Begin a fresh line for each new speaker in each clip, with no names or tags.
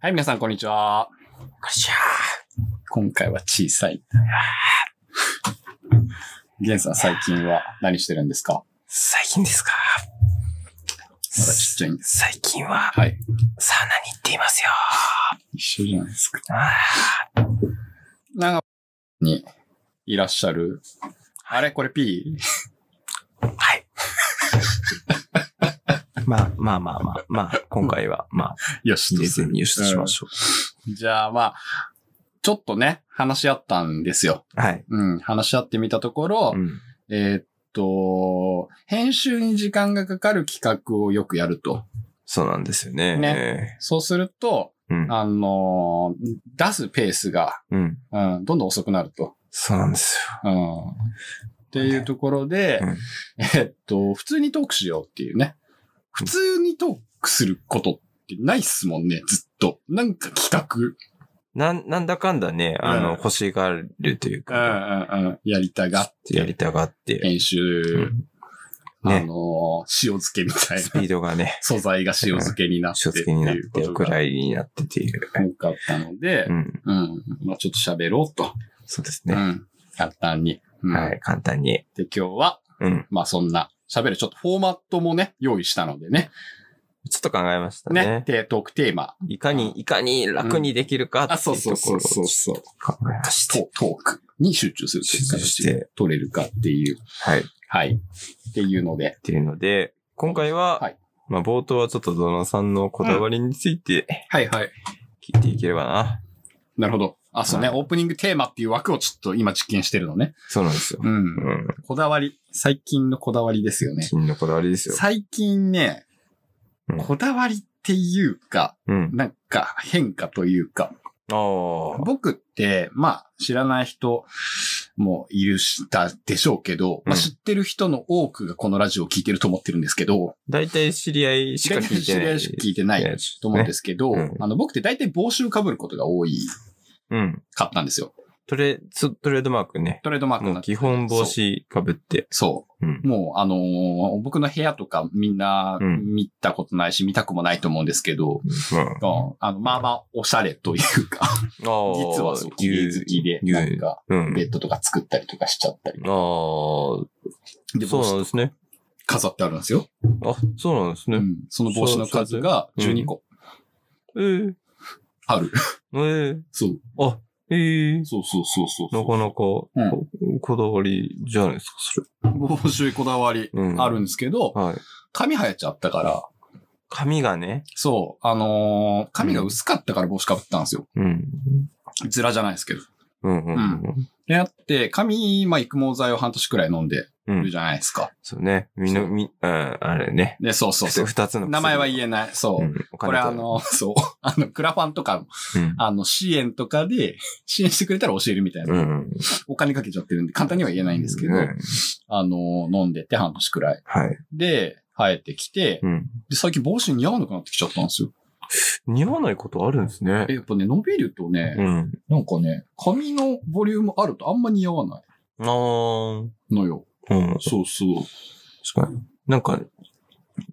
はい、皆さん、こんにちは。今回は小さい。 ゲンさん、最近は何してるんですか
最近ですか
まだちっちゃいんです。
最近は
はい。
サウナに行っていますよ。
一緒じゃないですか。
あ
長野にいらっしゃる。あれこれ P?
ーはい。まあまあまあまあ、まあ、今回は、まあ、
よし
事前に輸出しましょ
じゃあ、まあ、ちょっとね、話し合ったんですよ。
う。はい。
うん、話し合ってみたところ、
うん。
えーっと、編集に時間がかかる企画をよくやると。
そうなんですよね。
ねそうすると、
うん。
あのー出すペースが、
うん。
うん、どんどん遅くなると。
そうなんです
うん、っていうところで、
うん
えっと、普通にトークしようっていうね。普通にトークすることってないっすもんね、ずっと。なんか企
よ。なん、なんだかんだね、あ
うん
の、欲しがるという
画、
か、
うんうんうん、やりたがっ
やり
て、
たがって、
編集、
うんね
あのー塩漬けみたい
スピ
な。
ードが ね、
素材が塩漬けになって
書
って
付にないっ
うこ
て、
と
お蔵
が
入りになってっていう。
多かったので、
うん。
うん。まあちょっと喋ろうと。
そうです
う
ね。
ん。簡単に。うん
はい、簡単に。
で、今日は、
うん。
まあそんな、喋るちょっとフォーマットもね、用意したのでね。
ちょっと考えました
ね。
ね。
で、トークテーマ。
いかに、いかに楽にできるかっていうところをちょっ
そう。
と考えまし
ト
て。
トークに集中するという形
集中し
で
て
取れるかっていう。
はい。っ
はい。っていうので。
ていうので、今回は、
はい
まあ冒頭はちょっとドナさんのこだわりについて
はいはい。
聞いていければな。
なるほど。あ、そうね。
は
オープニングテーマっていう枠をちょっと今実験してるのね。
そうなんですよ。
う。
うんん。
こだわり。最近のこだわりですよね。
金のこだわりですよ。
最近ね
う、ん
こだわりっていうか、
うん。
なんか変化というか、
ああ。
僕って、まあ、知らない人もいるしたでしょうけど、まあ、
うん
知ってる人の多くがこのラジオを聞いてると思ってるんですけど、
だいたい知り合いしか聞いてない。。
知り合いしか聞いてないと思うんですすけど、
うん
あの、僕って大体帽子を被ることが多い
うん。
かったんですよ。
トレ、つトレードマークね。
トレードマークに
も
な
う
って
基本帽子かぶって。
そうう。
ん。
もう、あのー僕の部屋とかみんな
うん
見たことないし、見たくもないと思うんですけど、
まあ、
うんあの、まあまあ、おしゃれという か、
実
実はそう、綺麗好きで、なんか、
うん。
ベッドとか作ったりとかしちゃったり。
ああ、
で、
そう
帽
なん
子
ですね。
飾ってあるんですよ。
あ、そうなんです
う
ね。
ん、その帽子の数が
そうそう
12個
えー
ある。
えー
そう。
あ、ええ
そうそうそうそう
なかなか、こ
うん
こだわりじゃないですか、それ。
帽子こだわり
うん
あるんですけど、
はい。
髪生えちゃったから、
髪がね。
そう、あのー髪が薄かったから帽子かぶったんですよ。
うん。
ズラじゃないですけど。
うんうんうん。
で、あって、髪、まあ、育毛剤を半年くらい飲んで
う
る
ん。
じゃないですか。
そうね。みの、み、うん、あれね。
で、そう そうそう。
二つの薬。
名前は
え
言えない。そう。これあ、の、 そう。あの、クラファンとか、
うん
あの、支援とかで、支援してくれたら教えるみたいな。
うん。うん。
お金かけちゃってるんで、簡単には言えないんですけど、
ね
あの、飲んでて半年くらい。
はい。
で、生えてきて、
うん。
で、最近帽子似合わなくなってきちゃったんですよ。
似合わないことあるんですね
え、。やっぱね、伸びるとね、
うん。
なんかね、髪のボリュームあるとあんま似合わない
あー。
のよ。
うん。
そうそう。
確かに。なんか、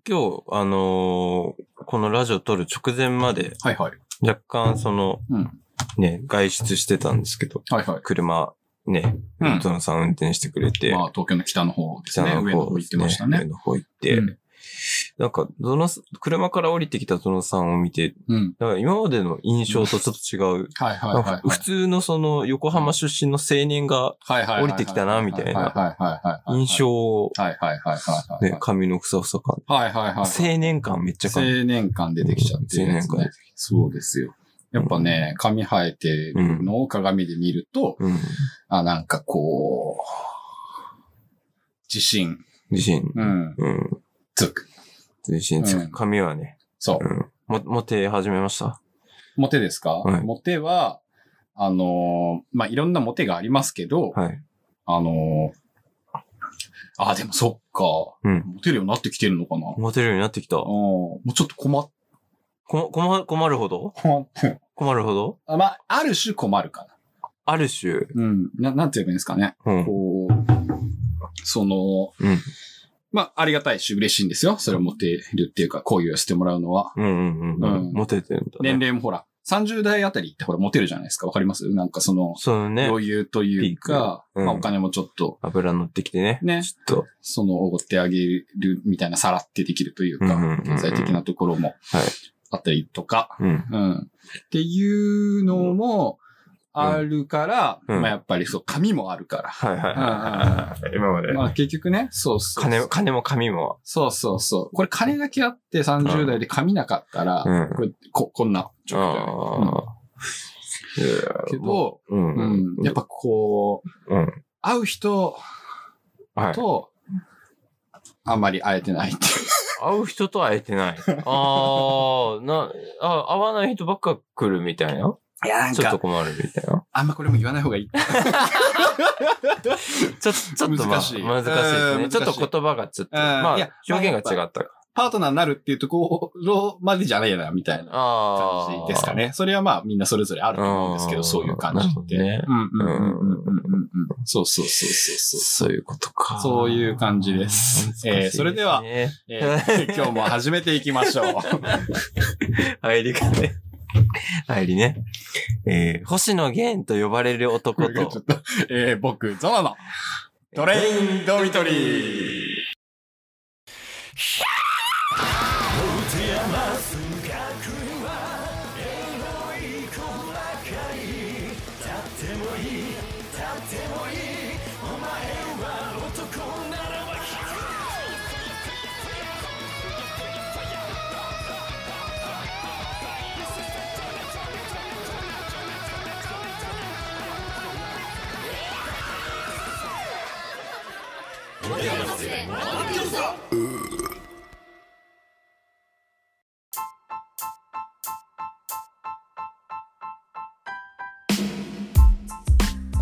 今日、あのーこのラジオ撮る直前まで、
はいはい。
若干その、
うん
ね、外出してたんですけど、
はいはい。
車、ね、
うん
ウルトラさん運転してくれて、
まあ、東京の北の方ですね。上の方行ってました
上
ね。
の方行って、
うん
なんか、ゾノさん、車から降りてきたゾノさんを見て、
うん。
なんか今までの印象とちょっと違う、
はいはいは
なん
いは
か
い。
普通のその横浜出身の青年が
はいはいはいはい。
降りてきたなみたいな
はいはいはいはいはい。
印。象を、
はいはいはいはい。
ね、髪のふさふさ感、
はいはいはい。
青年感めっちゃ感じ
青年感出てきちゃってるやつね
青年感
そうですよ。やっぱね、髪生えてるのを鏡で見ると、
うん。
あ、なんかこう、自信。
自身。
うん。
うん。
つく。
全身つ
うん
く。髪はね、
そう
う。ん。も、モテ始めました。
モテですか、
はい
モテは、あのーまあ、いろんなモテがありますけど、
はい。
あのーあー、でもそっか。
うん
モテるようになってきてるのかな、うん、
モテるようになってきた。こ
もうちょっと困っ、
ま、困、困るほど
困って。
困るほど
あまあ、ある種困るかな。
ある種、
うん。ななんて言えばいいんですかね。
うん。
こう、その、
うん。
まあ、ありがたいし、嬉しいんですよ。それを持っているっていうか、行為をしてもらうのは。
うんうんうん。
うん
モテてるんだ、ね。
年齢もほら、30代あたりってほら、モテるじゃないですか。わかりますなんかその、
そのね、
余裕というか、
ピークうん
まあ、お金もちょっと、
油乗ってきてね。
ね
ちょっ
その、おごってあげるみたいな、さらってできるというか、
うんうんうんうん
経済的なところも
はい、
あったりとか、
と。うん。
うん。っていうのも、あるから、
うん
まあ、やっぱりそう、紙もあるから。
はいはいはい はいはい。今まで。
まあ、結局ね、そうそうそう
金、金も紙も。
そうそうそう。これ金だけあって30代で髪なかったら、
うん
これこ、こんな状況じゃない
ああ。いや
け、ど、
うん
う。ん、やっぱこう、
うん。
会う人
はい。
と、あんまり会えてないっていう。
会う人と会えて ない。ああ、な、あ、会わない人ばっか来るみたいな。
いや、なん
ちょっと
か、
困るみたいな。
あんまこれも言わない方がいい。
ちょ、ちょっとまあ、
難
難
し
し
い
いです
うん
ね。ちょっ
難しい
と言葉がちょっと、
うん
ま
いや
あ、表現が違ったか。
パートナーになるっていうところまでじゃないな、みたいな
ああ。
感じですか。ね。それはまあみんなそれぞれあると思うんですけ
う
ど、
ん
そういう感じって。
なる
うんうんうんうんうんうん
ほどね
うん。そうそうそうそうそ
そういうことか。
う。そういう感じです。えーそれでは、
え
えー今日も始めていきま しょう。
入りがね。 入りね。えー星野源と呼ばれる男と
ちょ、っと、えー僕、ゾノの、トレインドミトリー。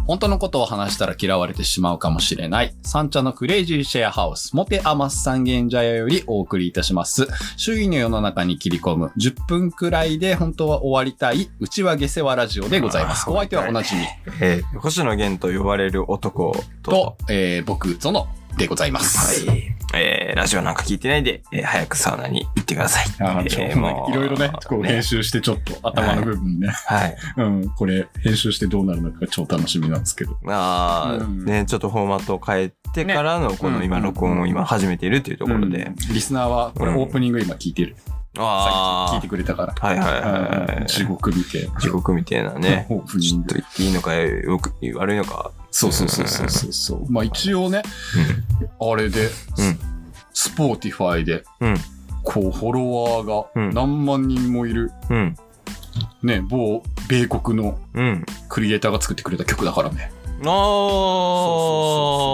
本当のことを話したら嫌われてしまうかもしれない。三茶のクレイジーシェアハウス、モテアマス三軒茶屋よりお送りいたします。周囲の世の中に切り込む、10分くらいで本当は終わりたい、うちは下世話ラジオでございます。
あー
お相手はおなじみ
えー星野源と呼ばれる男と
と、、えー僕、ゾノでございます。
はい。えーラジオなんか聞いてないで、えー早くサウナに行ってください。えーもう
いろいろね、こう編集してちょっと頭の部分ね、
はい。
うん、これ編集してどうなるのかが超楽しみなんですけど。
あー
うん
ね、ちょっとフォーマットを変えてからの、この今、
うん
録音を今始めているというところで。
うんリスナーは、これ
うん
オープニング今聞いてる。
あ
さっき聞い
あ
て。くれたから。
はいはいはい
うん
はい。
地獄見て。
地獄みたいな ね。
オープニ
ちょ
ン
っと
グ。
言っていいのか、よく悪いのか。
そうそうそうそうそうそう。まあ一応ね、あれで、
うん
スポーティファイで、
うん
こう、フォロワーが
うん
何万人もいる、
うん。
ね、某米国の
うん。
クリエイターが作ってくれた曲だからね。
ああああ、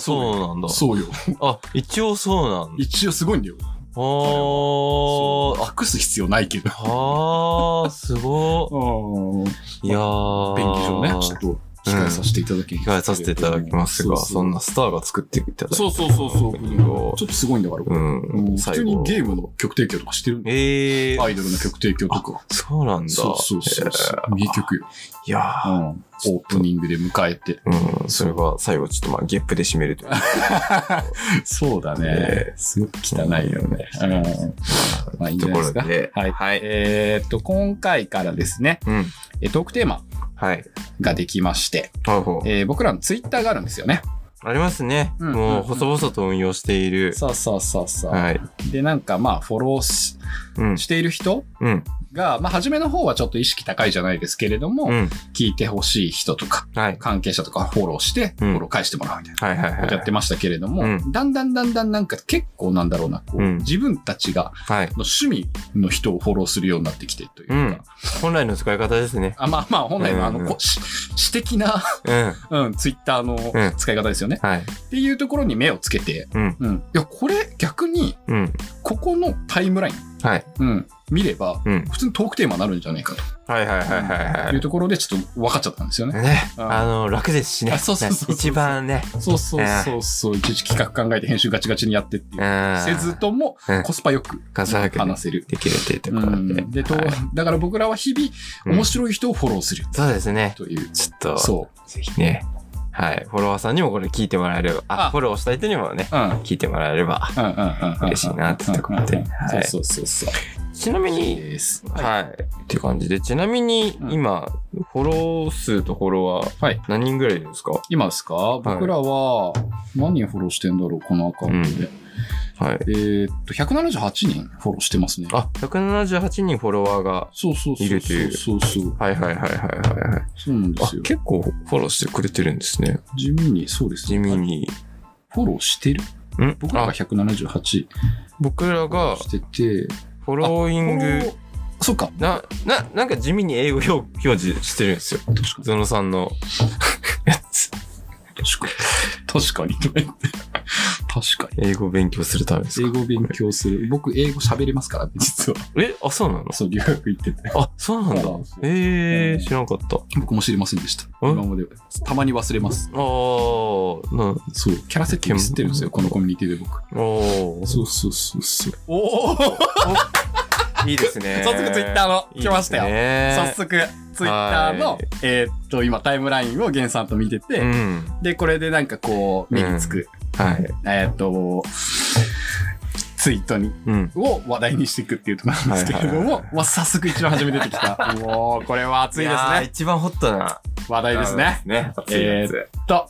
そうなんだ。
そうよ。
あ、一応そうなんだ。
一応すごいんだよ。
あー
そう隠す必要ないけど。
あー、すご
あ
い。いやー。
あ、便宜上ね、ちょっと控えさせていただきますけれども、
機会させていただきますが、
うう
そんなスターが作っていただいて。
そうそうそうそう。ちょっとすごいんだから、これう
うんん。
普
最
通に
後。
ゲームの曲提供とかしてるんだよ
ええー。
アイドルの曲提供とか。
そうなんだ。
そうそうそうそう
え。
名曲よ。
ーいや
う
ー
ん。オープニングで迎え て。
うん、それは最後ちょっとまあゲップで締めるという。
そうだ
ね。
すごく汚いよね。うん。まあいいんじ
と
ゃない
こ
です
ろ
か。
で。
はい。
はい。
えーっと、今回からですね、
うん。
えトークテーマ
はい。
ができまして、
ほうほう
えー僕らのツイッターがあるんですよね。
ありますね。
うん
もう細々と運用している。
そうそうそうそ
はい。
う。で、なんかまあ、フォローし
うん。
している人
うん。
が、まあ、初めの方はちょっと意識高いじゃないですけれども、
うん。
聞いてほしい人とか、
はい。
関係者とかフォローして、フ
うん
ォロー返してもらうみたいな
はいはいは
ことやっ
い。
てましたけれども、
うん
だんだんだんだんなんか結構なんだろうな、こう
うん
自分たちが
はい。
の趣味の人をフォローするようになってきてというか、
うん本来の使い方ですね。
あまあまあ本来はあの、
うんうん
こうし私的な、
うん。
うん、ツイッターの
うん
使い方ですよね、
はい。
っていうところに目をつけて、
うん。
うん、いや、これ逆に
うん。
ここのタイムライン、
はい。
うん、見れば、
うん。
普通にトークテーマになるんじゃないかと
はいはいはいはい
い
は
うところでちょっと分かっちゃったんですよね
い。。ね。
うん
あの、楽ですしね
あ。そうそうそうそう
ね一番ね。
そうそうそうそう、いちいち企画考えて編集ガチガチにやってっていうう。
ん。
せずとも
うん
コスパよく
数早く
話せる。
できるっていうと
う
ころで。
ん、でと
はい
だから僕らは日々
うん
面白い人をフォローする
そうですね。
という、
ちょっと、
そ
ぜひね。はい。フォロワーさんにもこれ聞いてもらえれば、あ、
あ
フォローした人にもね、
うん。うんうん
聞いてもらえれば
うんうん。
嬉しいなってところで。
うんうんうん
はい。
そうそうそうそう。
ちなみに、
です。
はい。って感じで、ちなみに
うん
今、フォロー数とフォロワー、
はい。
何人ぐらいいるんですか
今ですか、僕らは、何人フォローしてんだろう、このアカウントで。
はい。
えーっと、178人フォローしてますね。
あ、178人フォロワーが、
そうそうそう。
いるという
そうそう。
はいはいはいはいはいはい。
そうなんで
あ
すよ、。
結構フォローしてくれてるんですね。
地味に、そうです
地
ね。
味に。
フォローしてる。
ん
僕ら
あ
が、178し
僕らが
てて、
フォローイ
フ
ン
ォロ
グ
ー、そうか。
な、な、なんか地味に英語表表示してるんですよ。
確か
ゾノさんの やつ。
に。確かに。確かに。
英語勉強するためです
英
か
語勉強する。僕、英語喋れますからね、実は。
え、あ、そうなの
そう、留学行ってて。
あ、そうなんだ
そうそう。
え
う
え
ん
ー、知らんかった。あ
僕も知りませんでした。
え
今まで。たまに忘れます。
あー、な、
そう。キャラ設定ミスってるんですよ、このコミュニティで僕。
あー。
そうそうそうそう。
おおいいです ね。
早速ツイッターの来ましたよ
いいです
早。
ね
速、ツイッターの
はい、
えーっと、今、タイムラインをゲンさんと見てて、
うん。
で、これでなんかこう、目につく、
はい。
えーっと、ツイートに、
うん。
を話題にしていくっていうところなんですけれども、
はいはいはい
わ早速一番初め出てき た。もう、これは熱いで
やー
すね。
一番ホットな。
話題ですね。。
ね。熱いやつ。
と、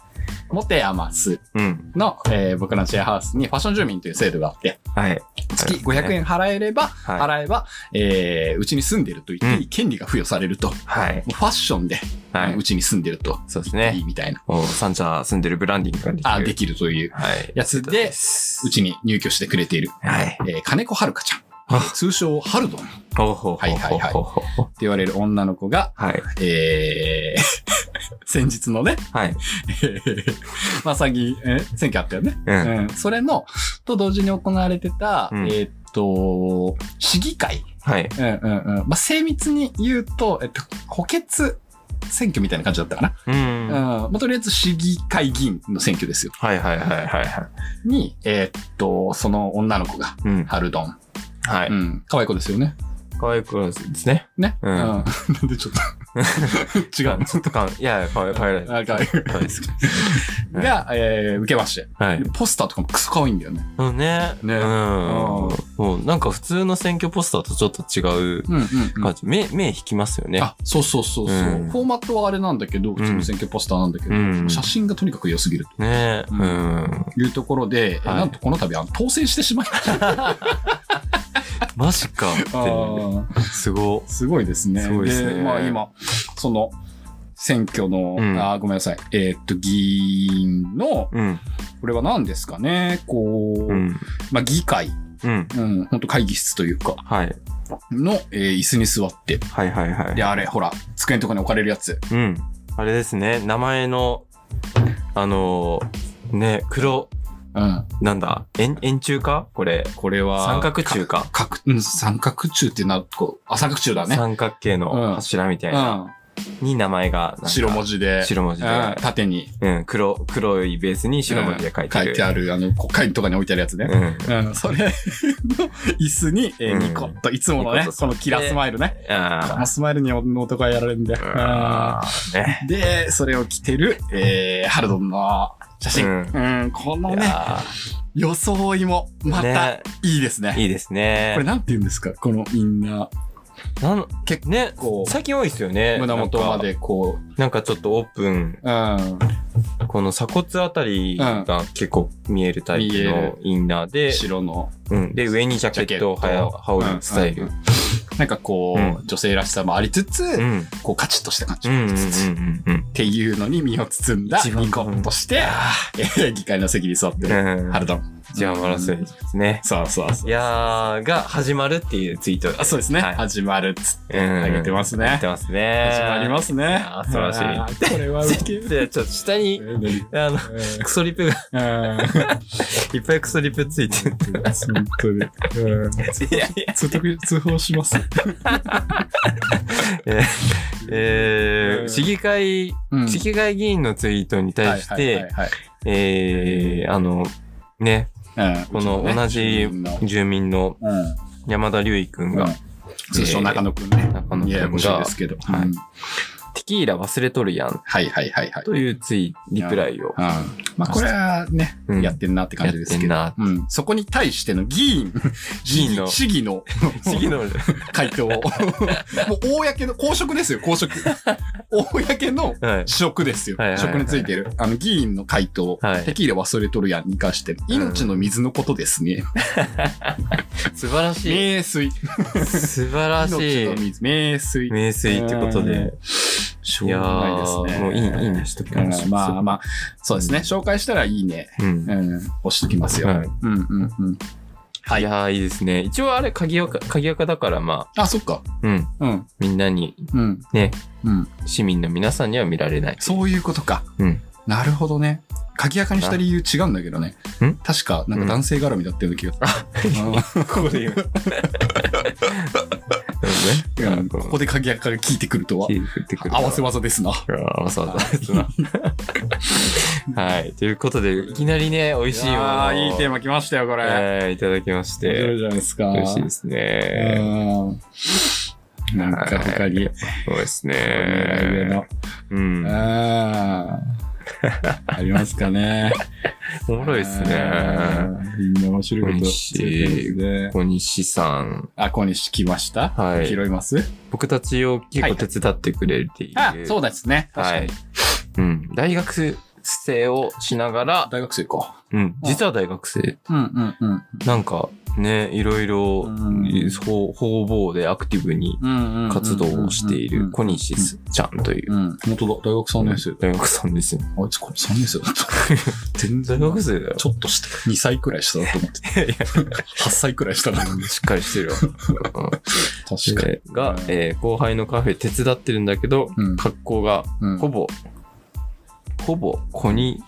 モテアマス
うん。
の、えー僕らのシェアハウスにファッション住民という制度があって、
はい。
月500円払えれば、
はい。
払えば、えーうちに住んでると言っていい権利が付与されると。
はい。
ファッションで、
は
う
い。
ちに住んでると。
そうです
い
ね
い。みたいな。
おサンチャー住んでるブランディングができる。
あ、できるという
はい。
やつで、うちに入居してくれている、
はい。
えー金子遥香ちゃん。
あ
通称、ハルドンって
ほうほうほうほうほうほう。
言われる女の子が、
はい。
えー、 先日のね、
はい。
えーまあ、詐欺、え選挙あったよね。
うん。
うん。それの、と同時に行われてた、
うん
えーっと、市議会。
はい。
うんうんうん。まあ、正密に言うと、えっと、補欠選挙みたいな感じだったかな。
うん。
うん。
はい
まあ、とりあえず市議会議員の選挙ですよ。
はいはいはいはい。
に、えーっと、その女の子が、
うん。
ハルドン。
は
う
い。
ん。可愛い子ですよね。
可愛くはですね。
ね。
うん
なん でちょっ と。違う。
ちょっとかん、いや、可愛 い可愛い。
あ、可愛い。
可愛いです。
が、えー受けまして。
はい。
ポスターとかもクソ可愛いんだよね。
うんね。
ね
うん。
うん
もうなんか普通の選挙ポスターとちょっと違う
うんうん、
感じ。目、目引きますよね。
あ、そうそうそうそう、
うん
フォーマットはあれなんだけど、普通の選挙ポスターなんだけど、
うん
写真がとにかく良すぎる
ね
う
うんん。
というところで、え
はい
なんとこの度、あの当選してしまいました。
マジかって。すご。
すごいですね。
すごいですね
まあ今、その、選挙の、
うん
あーごめんなさい、えーっと、議員の、
うん。
これは何ですかね、こう、
うん。
まあ議会、
うん。
うん、本当会議室というか、
はい。
の、えー椅子に座って、
はいはいは
で、
い。
あれ、ほら、机のとこに置かれるやつ。
うん。あれですね。名前の、あのー、ね、黒、
うん。
なんだ、円、円柱かこれ。
これは、
三角柱か。
角、うん、三角柱っていうのは、こう、あ、三角柱だね。
三角形
うん
の柱みたいな。
う
に名前がなんか。
ん。白文
字。
字で。
白文字で。
うん、縦に。
うん。黒、黒いベースに白文字で書いて
書
ある。
いてある、あの、国会とかに置いてあるやつね。
うん。
うん、それの椅子に、えー
うん
ニコッと、いつもの
ニ
ね
コッ、と
このキラースマイルね。こ
あ
のスマイルに男がやられるんだよ。
あ。ね。
うんで、それを着てる、えー、ハルドンの写真。う、
うん
この
い
ね、
や
装いも、
ー
また、
ね
いいですね。
いいですね。
これなんて言うんですかこのみんな、
なん
結
ね、
構
最近多いですよね。
胸元までこ
なんか。なんかちょっとオープン、
う、うん、
この鎖骨あたりが結構見えるタイプ
見える
のインナーで、
白の
うん、で、上にジャケットを
ジャケット
は羽織るスタイル。
う
うんん
うんなんかこう、
う
女性らしさもありつつ、
うん。
こうカチッとした感じ
うん。う
もあり
ん。う
つつ、っ
ん。うん。
ていうのに身を包んだ
一番
ニコッとして、えー議会の席に座ってる、
うん
ハルドン。
じゃあ、マラソンですね。
そうそうそう。
いやー、が始まるっていうツイート
あそうですね、
はい
始まるっつって
うん
あげてます
や
ね
っ。てますね。。
始まりますすね
や。素晴らしい
あーこれは 受ける。
で、ちょっと下に、あの、クソリプが、 いっぱいクソリプついてる。
本当に。うん
いやいや。
通告通報します。
え
うん
ー、市議会、
うん
市議会議員のツイートに対し
はいはい
て、
はい
えー、あの、ね、
はいうん
この同じ
うちのね
住民の
うん
山田隆一くん
う
が
ん、通称中野くんね。
中野くんが
ややこしいですけど。
はい
うん
テキーラ忘れとるやん。
はいはいはいはい。
というつい、リプライを
う。ん。まあ、これはね、
うん
やってんなって感じですけど。
やって
うん。そこに対しての議員、
議員の
市議 の
次の、は
回 答を。もう、公の、公職ですよ、公職。公の
い。
職ですよ
はいは。いはい
職についてる。あの、議員の回答。
はい
テキーラ忘れとるやんに関して、命の水のことですね。
素晴らしい。
名水。
素晴ら
命
し
の
い。
水。名水。
名水ってことで。。
しょ
いうや
がないです
ー
ね。
もういい、いいねしとき
う
ま
ん。まあまあ、そうですね。紹介したらいいね。
あ。うん
う。ん。押しときますよ。
はい
うんうんうん。はい
いやー、いいですね。一応あれ、鍵垢、鍵垢だから、ま
あ、そっか。
あ、うん。
うん。
みんなに、
うん。
ね、
うん。
市民の皆さんには見られない。
そういうことか。
うん
なるほどね。鍵垢にした理由違うんだけどね
ん。
確か、なんか男性絡みだったような気がする。
ここで言う。
うん
ね。
ここで鍵垢が効いてくるとは
キ。ー降ってくる
合わせ技ですな。
あ合わせ技ですな。はい。ということで、いきなりね、美味しいものを。
あーいいテーマ来ましたよ、これ。
はい、いただきまし
面白い
て。
じゃないですか。
嬉しいですね。
うんなんか他に。
そうです
上
ね。
の
うん。お
あーありますかね。
もろいですね。
あー。みんな面白いこと。
美味しい
ね。
小西さん。
あ、小西来ました。
はい
拾います
僕たちを結構手伝ってくれている。
あ、そうですね。確か
は
に
い。。うん。大学生をしながら、
大学生か。
うん。実は大学生。
うんうんうん。
なんか、ね、いろいろ、
うん
ほ方々でアクティブに
うん
活動をしている小西ちゃんというう。
ん。本当だ。大学3年生。
大学さんですよ。
あいつこれ3年生だった。 全
大
然
学生だよ。
ちょっとした。2歳くらい下だと思って。8歳くらい下だ。確
しっかりしてるわ。
か
で
に。
が、えー後輩のカフェ手伝ってるんだけど、
うん
格好が
うん
ほぼ、ほぼコニ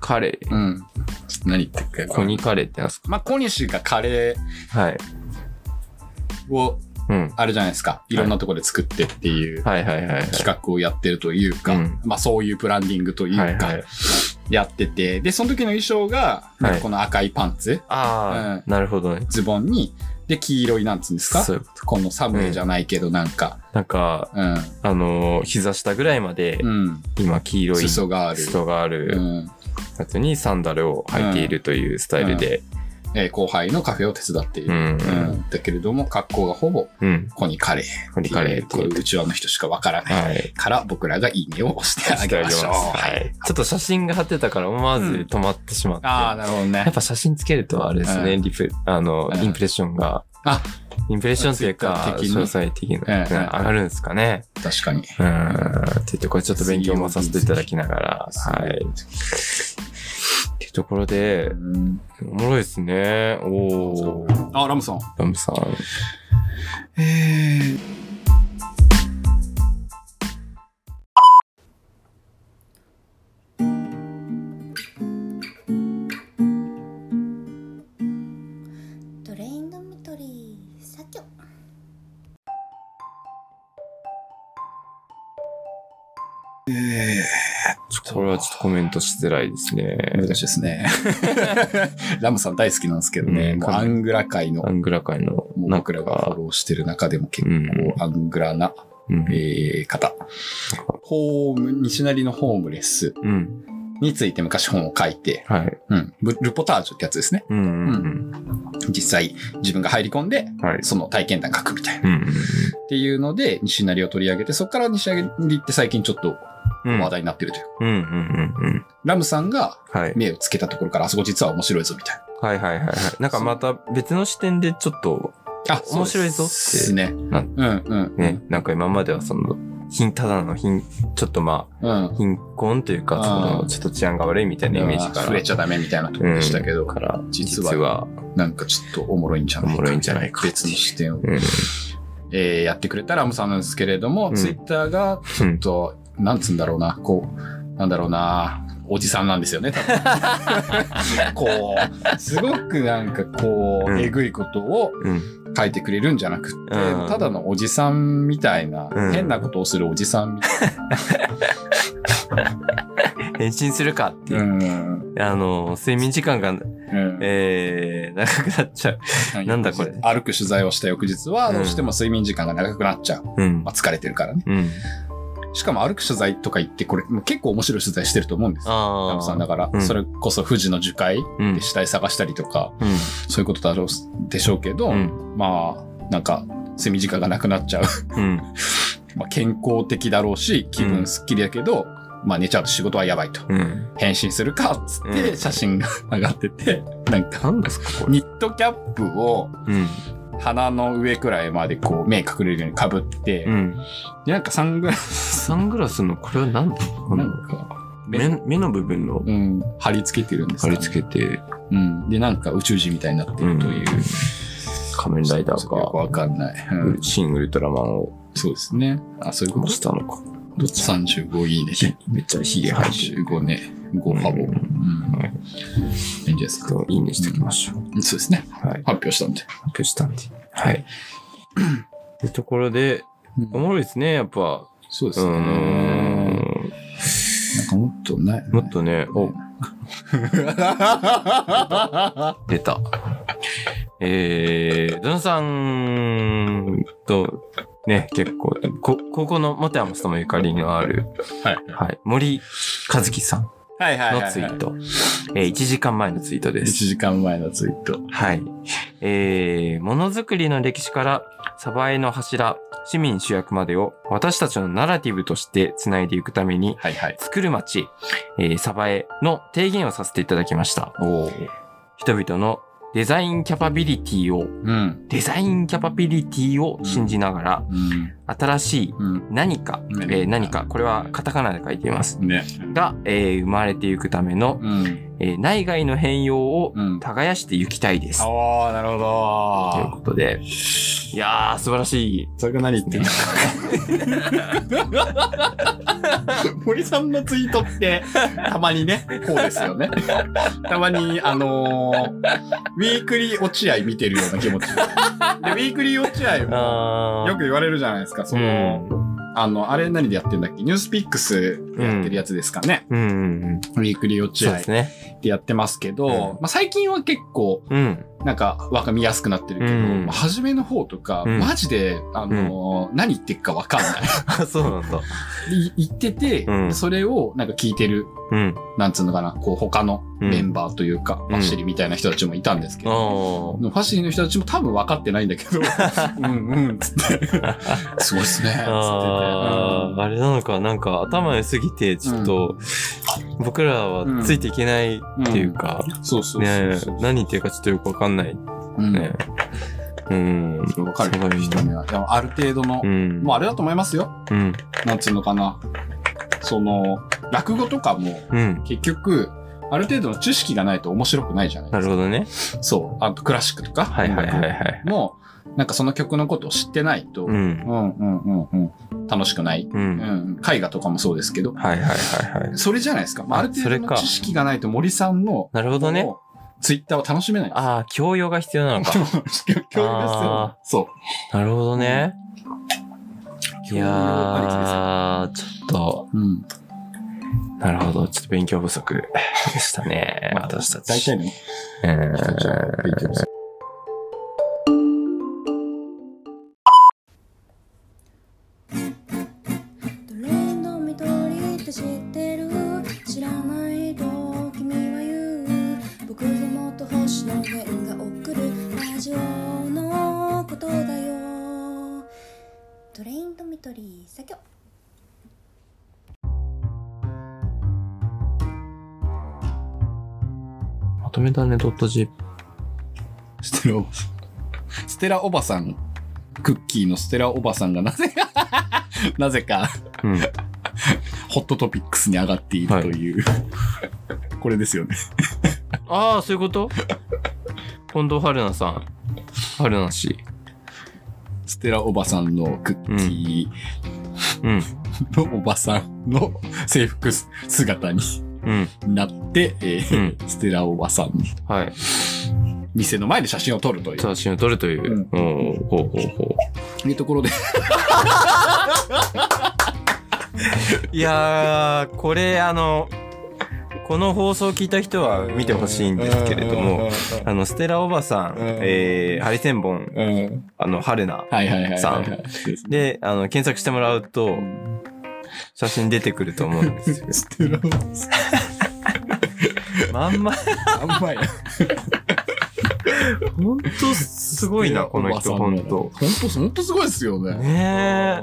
カレー。
うん。ちょっと何言ってっけ
コニカレーってなんですか
まあ、小西がカレ
はい。
ーを、
うん。
あれじゃないですか。いろんなとこで作ってっていう
はいはいはいはい。
企画をやってるというか、
うん
まあ、そういうブランディングとい
は
う
いは
か
い、。
やってて、で、その時の衣装が、
はい
この赤いパンツ、
あ
う
あ、なるほどね。
ズボンに、で、黄色いなんつうんですか
そういうこと
このサムネじゃないけど、なんか、
なんか、
うん、
あのー、膝下ぐらいまで、
うん、
今黄色い
裾がある。
人があ
う
る
ん
やつにサンダルを履いているというスタイルで、
えー後輩のカフェを手伝っていうる。
ん、う
うん
ん、
だけれども、格好がほぼ、
うん、
コニカレー。
コニカレーって
こ
いうう
いうちわの人しかわからない。
はい。
から僕らがいいねを押してあげましょう。
はい。ちょっと写真が貼ってたから思わず止まってしまって。
ああ、なるほど
や
ね
っ。ぱ写真つけるとあれですね、
うん
リプ、あの
う、ん
インプレッションが。
あ
インプレッションという
ツ
か、
イッター的に
詳細的に、うん
うん
上がるんですかね。
確かに。
うん。っていうところでちょっと勉強もさせていただきながら、はい。っていうところで、おもろいですね。おー。
あ、ラムさん。
ラムさん。
えー
トレインドミトリー左京
これはちょっとコメントしづらいですね。
難しいですね。 ラムさん大好きなんですけど
う
ね、
ん
もうアングラ界の、
ア
も
ングラ界の、
う
なん
僕
から
がフォローしてる中でも結
うん
構アングラな、
うん
えー方。ホーム、西成のホームレス
うん。
について昔本を書いて、
はい。
うん、ブルポタージュってやつですね。
うんうん
実際自分が入り込んで、
うん。はい。
その体験談書くみたいな。
うんうん
っていうので、西成を取り上げて、そこから西成って最近ちょっと
うん。
話題になってるという。
うんうんうんうん。
ラムさんが
はい。
目をつけたところから、あそこ実は面白いぞみたい
はいはいはいはい。なんかまた別の視点でちょっと、
な。あ、
面白いぞって
ですね。うん
な
うん。
ね、なんか今まではその、貧、ただの貧、ちょっとま
うん。
あ、貧困というか、そ
あ
の、
ー
ちょっと治安が悪いみたいなイメージから。
触れちゃダメみたいなところでしたけど、
うんから、
実
実
は
は、
なんかちょっとおもろいんじゃないか。
おもろいんじゃないか
別の視点を、
うん
えーやってくれたラムさんなんですけれども、
うん
ツイッターが、
う
えっ
ん
と、なんつうんだろうな、こう、なんだろうな、おじさんなんですよね、多 分こう、すごくなんかこ
う
う、
ん
えぐいことを
うん。
書いてくれるんじゃなくって、
うん
ただのおじさんみたいな、
うん
変なことをするおじさんみたい
変身するかって いう。
な。うん
あの、睡眠時間が、
うん
えー、長くなっちゃう。なんだこれ
歩く取材をした翌日は、
うん
どうしても睡眠時間が長くなっちゃう。
うん
まあ、。疲れてるからね。
うん。
しかも歩く取材とか行って、これもう結構面白い取材してると思うんですよ。
あ
ラ
あ。
ムさんだから、
うん
それこそ富士の樹海
うん
で。死体探したりとか、
うん。
そういうことだろうでしょうけど、
うん。
まあ、なんか、セミ時間がなくなっちゃう。
うん。
まあ、健康的だろうし、気分すっきりだけど、まあ寝ちゃうと仕事はやばいと。
うん。
返信するかっつっ
う
て
ん
写真が上がってて、 なんか、
何ですか、これ。
ニットキャップを
うん。
鼻の上くらいまでこう目隠れるように被って、
うん。
でなんかサングラス、
サングラスの、これは何こ
な
の
んか、
目、目の部分の
うん、貼り付けてるんです
貼
よ
り
ね
付けて、
うん。で、なんか宇宙人みたいになってるという。
仮面ライダ
ちょっとよく
ー
わか
か、
んない。う
うん
ん
シン・ウルトラマンを
そうですね。あ、そういうこ
殺
と
したのか。
どっち ?35 いいね。
めっちゃヒ ゲ生えてる。
35ね。5ハボ。
う
うんん。
はい
いいんじゃないです
ち
か。
ょっといいねしておきましょう。
そうですね。
はい。
発表したんで。
発表したんで。はい。ってところで、おもろいですね、やっぱ。
そうで
う
すね。
ー
なん
ん。
かもっとない。
もっとね、お、出た。えー、ドナさんと、ね、結構、こ、高校のモテアマスともゆかりのある、
はい
はい、森和樹さん
はいはいはいは
の
い。
ツイート。えー、1時間前のツイートで
1
す。
時間前のツイート。
はい。えー、ものづくりの歴史から、サバエの柱、市民主役までを私たちのナラティブとしてつないでいくために、
はいはい。
作る街、えー、サバエの提言をさせていただきました。
おー
人々のデザインキャパビリティを、
うん。
デザインキャパビリティを信じながら、
うん。
新しい
うん。
何か、え
何か
ー何か、これはカタカナで書いています。
ね。
が、えー生まれていくための、
うん。
えー内外の変容を
うん。
耕していきたいです。と
ああ、なるほ
いう
ど。
ことで、いやー、素晴らしい。
それが何言ってるの森さんのツイートって、たまにね、こうですよね。たまに、あのーウィークリー落合見てるような気持ち。で、ウィークリー落合も、
あ
よく言われるじゃないですか。その、あの、あれ何でやってんだっけニュースピックスやってるやつですかね。
うん、うん、うん。
ウィークリー落
そう
合
で
っ
すね。
てやってますけど、
うん
まあ、最近は結構、
うん。
なんか、わか見やすくなってるけど、
うん
まあ初めの方とか、
うん
マジで、あのー何言ってるかわかんない。
あ、そうなんだ。
い言ってて、
うん
それをなんか聞いてる、
うん。
なんつうのかな、こう、他の
うん
メンバーというか、ファシリみたいな人たちもいたんですけ
あ
ど、
ー
でもファシリの人たちも多分分かってないんだ けど、うんうん、つって、すごいっすね、つってて。
あーあれなのか、なんか頭良すぎて、ちょっと、僕らはついていけないっていうか、
うんそうそうそ
ね
うそう。
何言ってるかちょっとよくわかんない
うん
ね。うん。
わか
すご
る
い
人には。でもある程度の
う、ん。
もうあれだと思いますよ。
うん。
なんつうのかな。その、落語とかも、
うん。
結局、ある程度の知識がないと面白くないじゃない
な
です
るほどね。
か。そう。あとクラシックとか、
はいはいはいはい。
音楽も、なんかその曲のことを知ってないと、う、
うんん。
うんうんうん楽しくない。
う。
うんん、絵画とかもそうですけど、
はいはいはいはい。
それじゃないですか。まあ、あ
あ
る程
そ
度
れ
の
か
知識がないと森さんの、
なるほどね。、
ツイッターを楽しめない。
ああ、教養が必要なのか。
教育ですよ
あ。
そう。
なるほどね。い
教
や
養あ
ー、ちょっと、
うん。
なるほど。ちょっと勉強不足でしたね。
まあ
私たち。
大体の
え
人たちは勉強する。
どれの緑って知ってる知らないと君は言う僕がもっと星の源が送るラジオのことだよトレインドミトリー作業
まとめたね、ドット G。
ステラおばさん。ステラおばさん。クッキーのステラおばさんがなぜ か、なぜか、
うん。
ホットトピックスに上がっているという、 これですよね。
ああ、そういうこと近藤春菜さん。春菜氏。
ステラおばさんのクッキ
うん。
ーのおばさんの制服姿に
うん。
なって、えー
うん。
ステラおばさん、
はい。
店の前で写真を撮るという
写真を撮るという。うん。ほうほうほ
いうところで、
う。いやー、これ、あの、この放送を聞いた人は見てほしいんですけれども、あの、ステラおばさん、
うん
えー、ハリセンボン、
うん、うん
あの、春菜。
はいはいはいはい、
さ
は
ん
い。
で、あの、検索してもらうと、写真出てくると思うんですよ。
ステラノス
まんま、
あんまや。
ほんとすごいな、この人、ほんと。
ほんと、ほんとすごいですよね。
ねえ。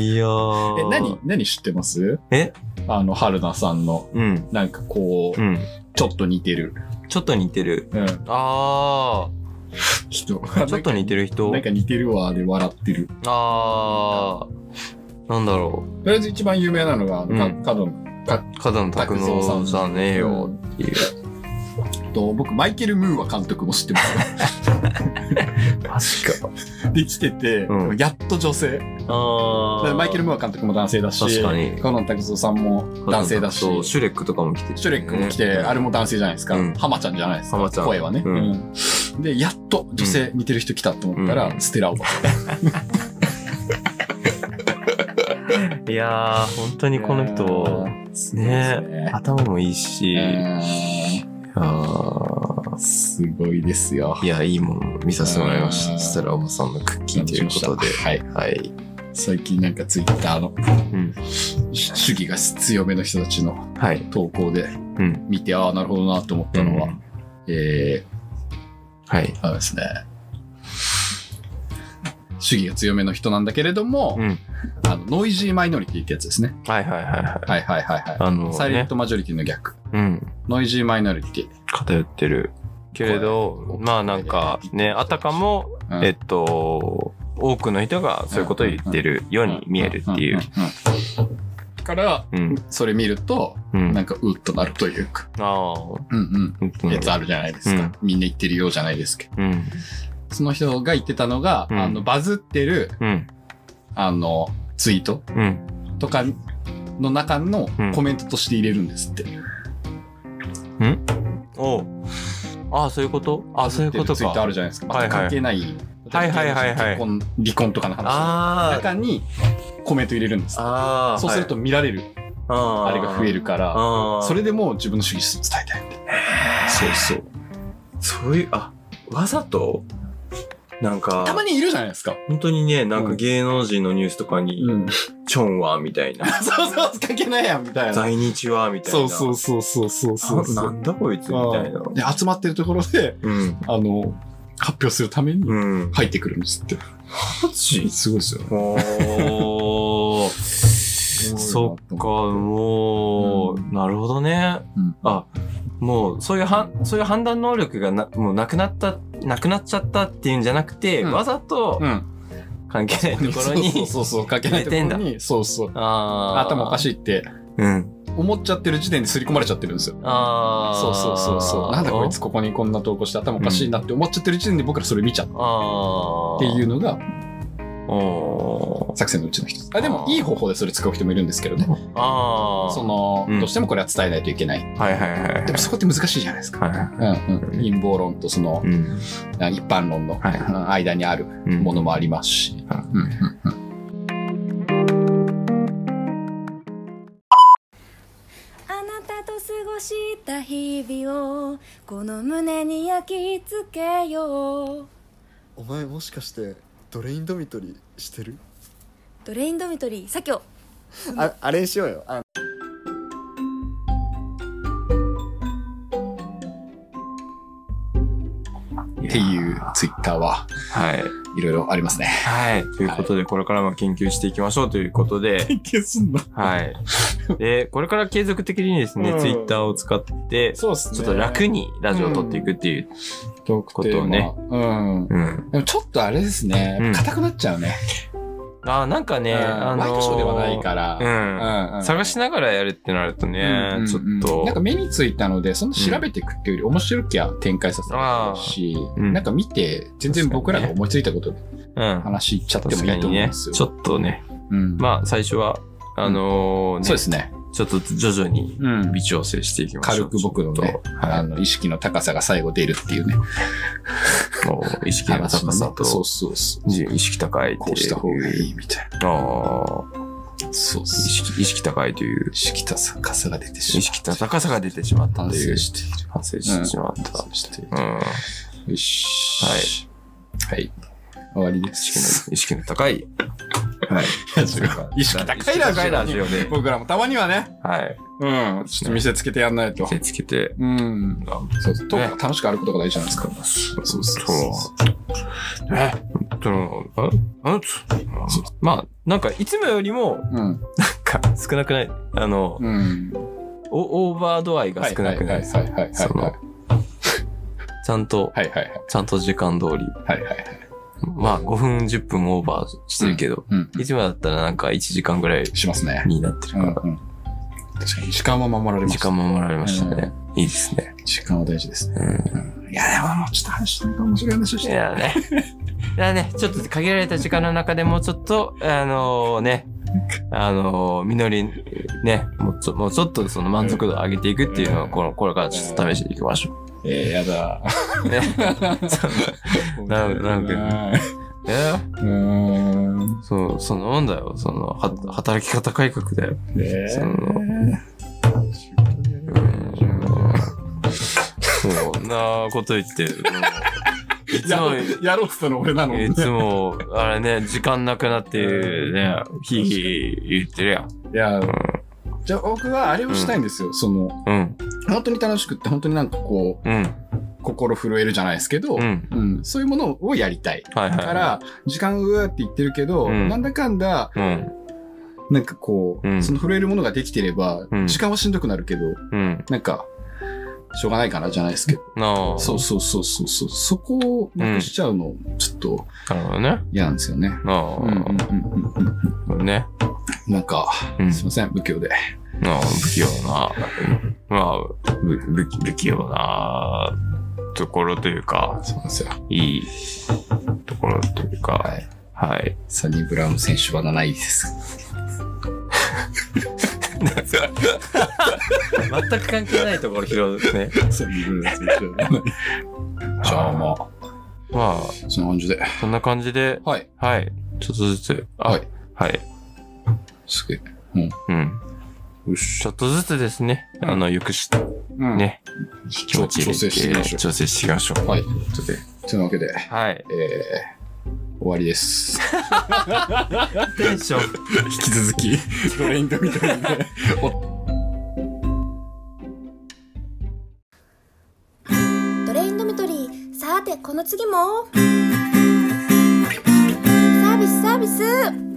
い
え、
やー。
何、何知ってます
え
あの、春菜さんの、
うん。
なんかこう
う、ん。
ちょっと似てる。
ちょっと似てる。
うん。
あ
ちょっ
あ。
と、
ちょっと似てる人
なん。か似てるわ、で笑ってる。
ああ。なんだろ
とりあえず一番有名なのが、あ
う
の
ん
か角
う。角野拓
拓
郎
三
さんねえよっていう。
と、僕、マイケル・ムーア監督も知って ますよ。
マジか。
できてて、
うん
やっと女性。だ
あ
から
あ。
マイケル・ムーア監督も男性だし、
確かに
カノン・タクゾーさんも男性だし、
そう、シュレックとかも来てるね
シュレックも来て、あれも男性じゃないですか。
うん
ハマちゃんじゃないですか。
ハマちゃん
声はね、
うん
うんで、やっと女性似てる人来たと思ったら、
うん
ステラおばさん。
いやー、本当にこの
す
人、
ごいです
ね
ね。
頭もいいし、
え
あ
ーすごいですよ。
ーいや、いいもん見させてもらいました。
うん
そしたらおばさんのクッキーということで。
はい。
はい。
最近なんかツイッターの
うん。
主義が強めの人たちの
はい。
投稿で
うん。
見て、ああ、なるほどなと思ったのは、え
はい。
ー、あのですね。主義が強めの人なんだけれども、
うん。
あのノイジーマイノリティってやつですね。
はいはいはいはい。
はいはいはいはい。
あの、
サイレン
ね
ト、マジョリティの逆。
うん。
ノイジーマイノリティ。
偏ってる。けれど、まあなんか、ね、あたかも、
うん
えっと、多くの人がそういうことを言ってるように見えるってい
ん
う。
んうんから、
うん。
それ見ると、
うん。
な
あ
んかうっとなるというか、
あ
うん
ー。
うん、やつあるじゃないですか。みんな言ってるようじゃないですけど。
うん。
その人が言ってたのが、
うん
あのバズってる
うん。
あのツイート
うん。
とかの中の
うん
コメントとして入れるんですって。
おうああ、そういうことああ、そういうこと
ツイートあ
か。
るじゃないですか。
はい
全
はい
く関係ない。
はいはいはいはい
結婚、離婚とかの話。
あ
中にコメント入れるんですって。
ああ
そうすると、見られる
あ
あれが増え
る。
るから、
ああ。
それでもう自分の主義伝えたいみたいな。そうそう。
そういう、あ、わざとなんか、
たまにいるじゃないですか。
本当にね、なん
う
か
ん
芸能人のニュースとかに、
うん。
チョンは、みたいな、
そうそう、関係ないやん、みたいな。
在日は、みたいな。
そうそうそうそうそうそう
な
そう。
なんだこいつ、みたいな。
で、集まってるところで、
うん。
あの、発表するために
うん。
入ってくるんですって。
マジ
すごいですよね。
おー。そっか、もう、なるほどね。
うん
あ、もう、そういうはん、そういう判断能力がな、もうなくなった、なくなっちゃったっていうんじゃなくて、
うん
わざと
うん。
関係ないところに、
そうそうそう、関係ないところ
入
に、そうそう。
あー
頭おかしいって
うん。
思っちゃってる時点で刷り込まれちゃってるんですよ。
ああ。
そうそうそうそう。なんだこいつここにこんな投稿して頭おかしいなって思っちゃってる時点で僕らそれ見ちゃう
ああ。。
っていううのが
おー
作戦のうちの一つ。あでもいい方法でそれ使う人もいるんですけどね。
ああ。
そ、の、
うん
どうしてもこれは伝えないといけない。
はいはいはいはい。
でもそこって難しいじゃないですか。
はいは
うんうん、陰謀論とその
い。うん。
あ一般論の
はい
うん間にある
うん
ものもありますし。
う
うんうん
あなたと過ごした日々をこの胸に焼き付けよう
お前もしかしてドレインドミトリーしてる
ドレインドミトリー左京
ああれにしようよあ
っていうツイッターは
はい。
いろいろありますね。
はい。ということで、これからも研究していきましょうということで、
消すんだ。
はい。で、これから継続的にですね、
うん
ツイッターを使って、ち
そうですね。
ょっと楽にラジオを撮っていくっていう。
と
ことをね。
うん。
うん。
でもちょっとあれです
う
ね
ん。
硬くなっちゃうね。
あーなんかね、
うん
あの
ワ
ー
イドショーではないから。うんう
う。
んん
探しながらやるってなるとね、
うんうんうん
ちょっと。
なんか目についたので、その調べていくっていうより面白きゃ展開させ
あ
るし、
うん
なんか見て、全然僕らが思いついたことで
うん。
話いっちゃっても
確
い
か
いと
に
思うん
ね、
ですよ。
ちょっとね、
うん
まあ最初は、あのーね
そうですね。
ちょっと徐々に
うん
微調整していきまし
軽
ょう。
く僕の
ちょ
ね
っと、
あ
は
の、意識の高さが最後出るっていうね。
い。もう意識の高さと、
そうそうそう。
意識高いっていう。
こうした方がいいみたい
あ
な。
あ、
そう
意
そう。
識、意識高いという
意。識高さが出てしま
意
う。
識高さが出てしまった
反
と
省
いう。
している。
反省してしまった。
反省している。
うん。
よし。はい。はい。終わりで
意識
す。
の、意識の高いはい。
意識高いな
意識高いラジオで。
僕らもたまにはね、
はい。
うん、ちょっと見せつけてやんないと。
手つけて。
うん。
そう
とか楽しくあることが大事じゃないですか。そうそう
そう。え、その、あ、あの、つまあ、なんか、いつもよりも、
うん。
か少なくないあの、
うん。
おオーバードアイが少なくない
はいはいはい
そのちゃんと、
はいはいはい
ちゃんと時間通り。
はいはいはい。
まあ、5分、10分オーバーしてるけど、
うん。
いつもだったらなんか1時間ぐらい
しますね。
になってる
うん。確
か
かに時間は守られ
ら、
ま
時
す。
間守られましたね。いいですね。
時間は大事ですね。
う
いや、でももうちょっと話しないか面白い話をし
ん。い
て。
やね。 だからね、ちょっと限られた時間の中でもうちょっと、あのね、あのみのり、ね、もうちょもうちょっとその満足度を上げていくっていうのを、この、これからちょっと試していきましょ
えー、やだ。
う。ね。ななんかえ
うーん。
そう、そんなもんだよ。その、は働き方改革だよ。
ね
そのうーんそんなこと言 って、もういつ
や
も
ろ、うやろうってたの俺なの。
いつも、あれね、時間なくなって、ね、ひいひい言ってるやん。
いや、じゃあ僕はあれをしたいんですよ。その、
うん、
本当に楽しくって、本当になんかこ
うん、
う、心震えるじゃないですけど、
うん。
うんそういうものをやりたい。
はいはい。
だから、時間うわーって言ってるけど、
うん
なんだかんだ、
うん、
なんかこう、
うん
その震えるものができてれば、
うん
時間はしんどくなるけど、
うん。
なんか、しょうがないかなじゃないですけど。
なあ。
そうそうそうそうそう。そこをなくしちゃうの、ちょっと
なるほどね。
嫌なんですよね。
な
うんうんうんうんうん
あ。ね。
なんか、
うん。
すいません、不況で。
なあ、不器用 な、まあ、ぶぶ不器用なところというか、
そうなんですよ。
いいところという
は
か、
い。
はい。
サニー・ブラウン選手は7位です。
全く関係ないところ拾うね。
サニー・ブラウン選手は7位。じゃあまあ、
まあ、
そんな感じで。
そんな感じで、
はい。
はい。ちょっとずつ。あ
はい。
はい。
すげえ。
うん。
よし
ちょっとずつですね。
うん
あの、よくし、
うん
ね。
ち
気
ょ
持ち入
調整
れ
していきましょ
調整していきましょ
う。
う。
はい。というわけで、
はい。
えー、終わりです。
テンション。
引き続 き、トレインドみたいで。
ドレインドミトリーさてこの次もサービスサービス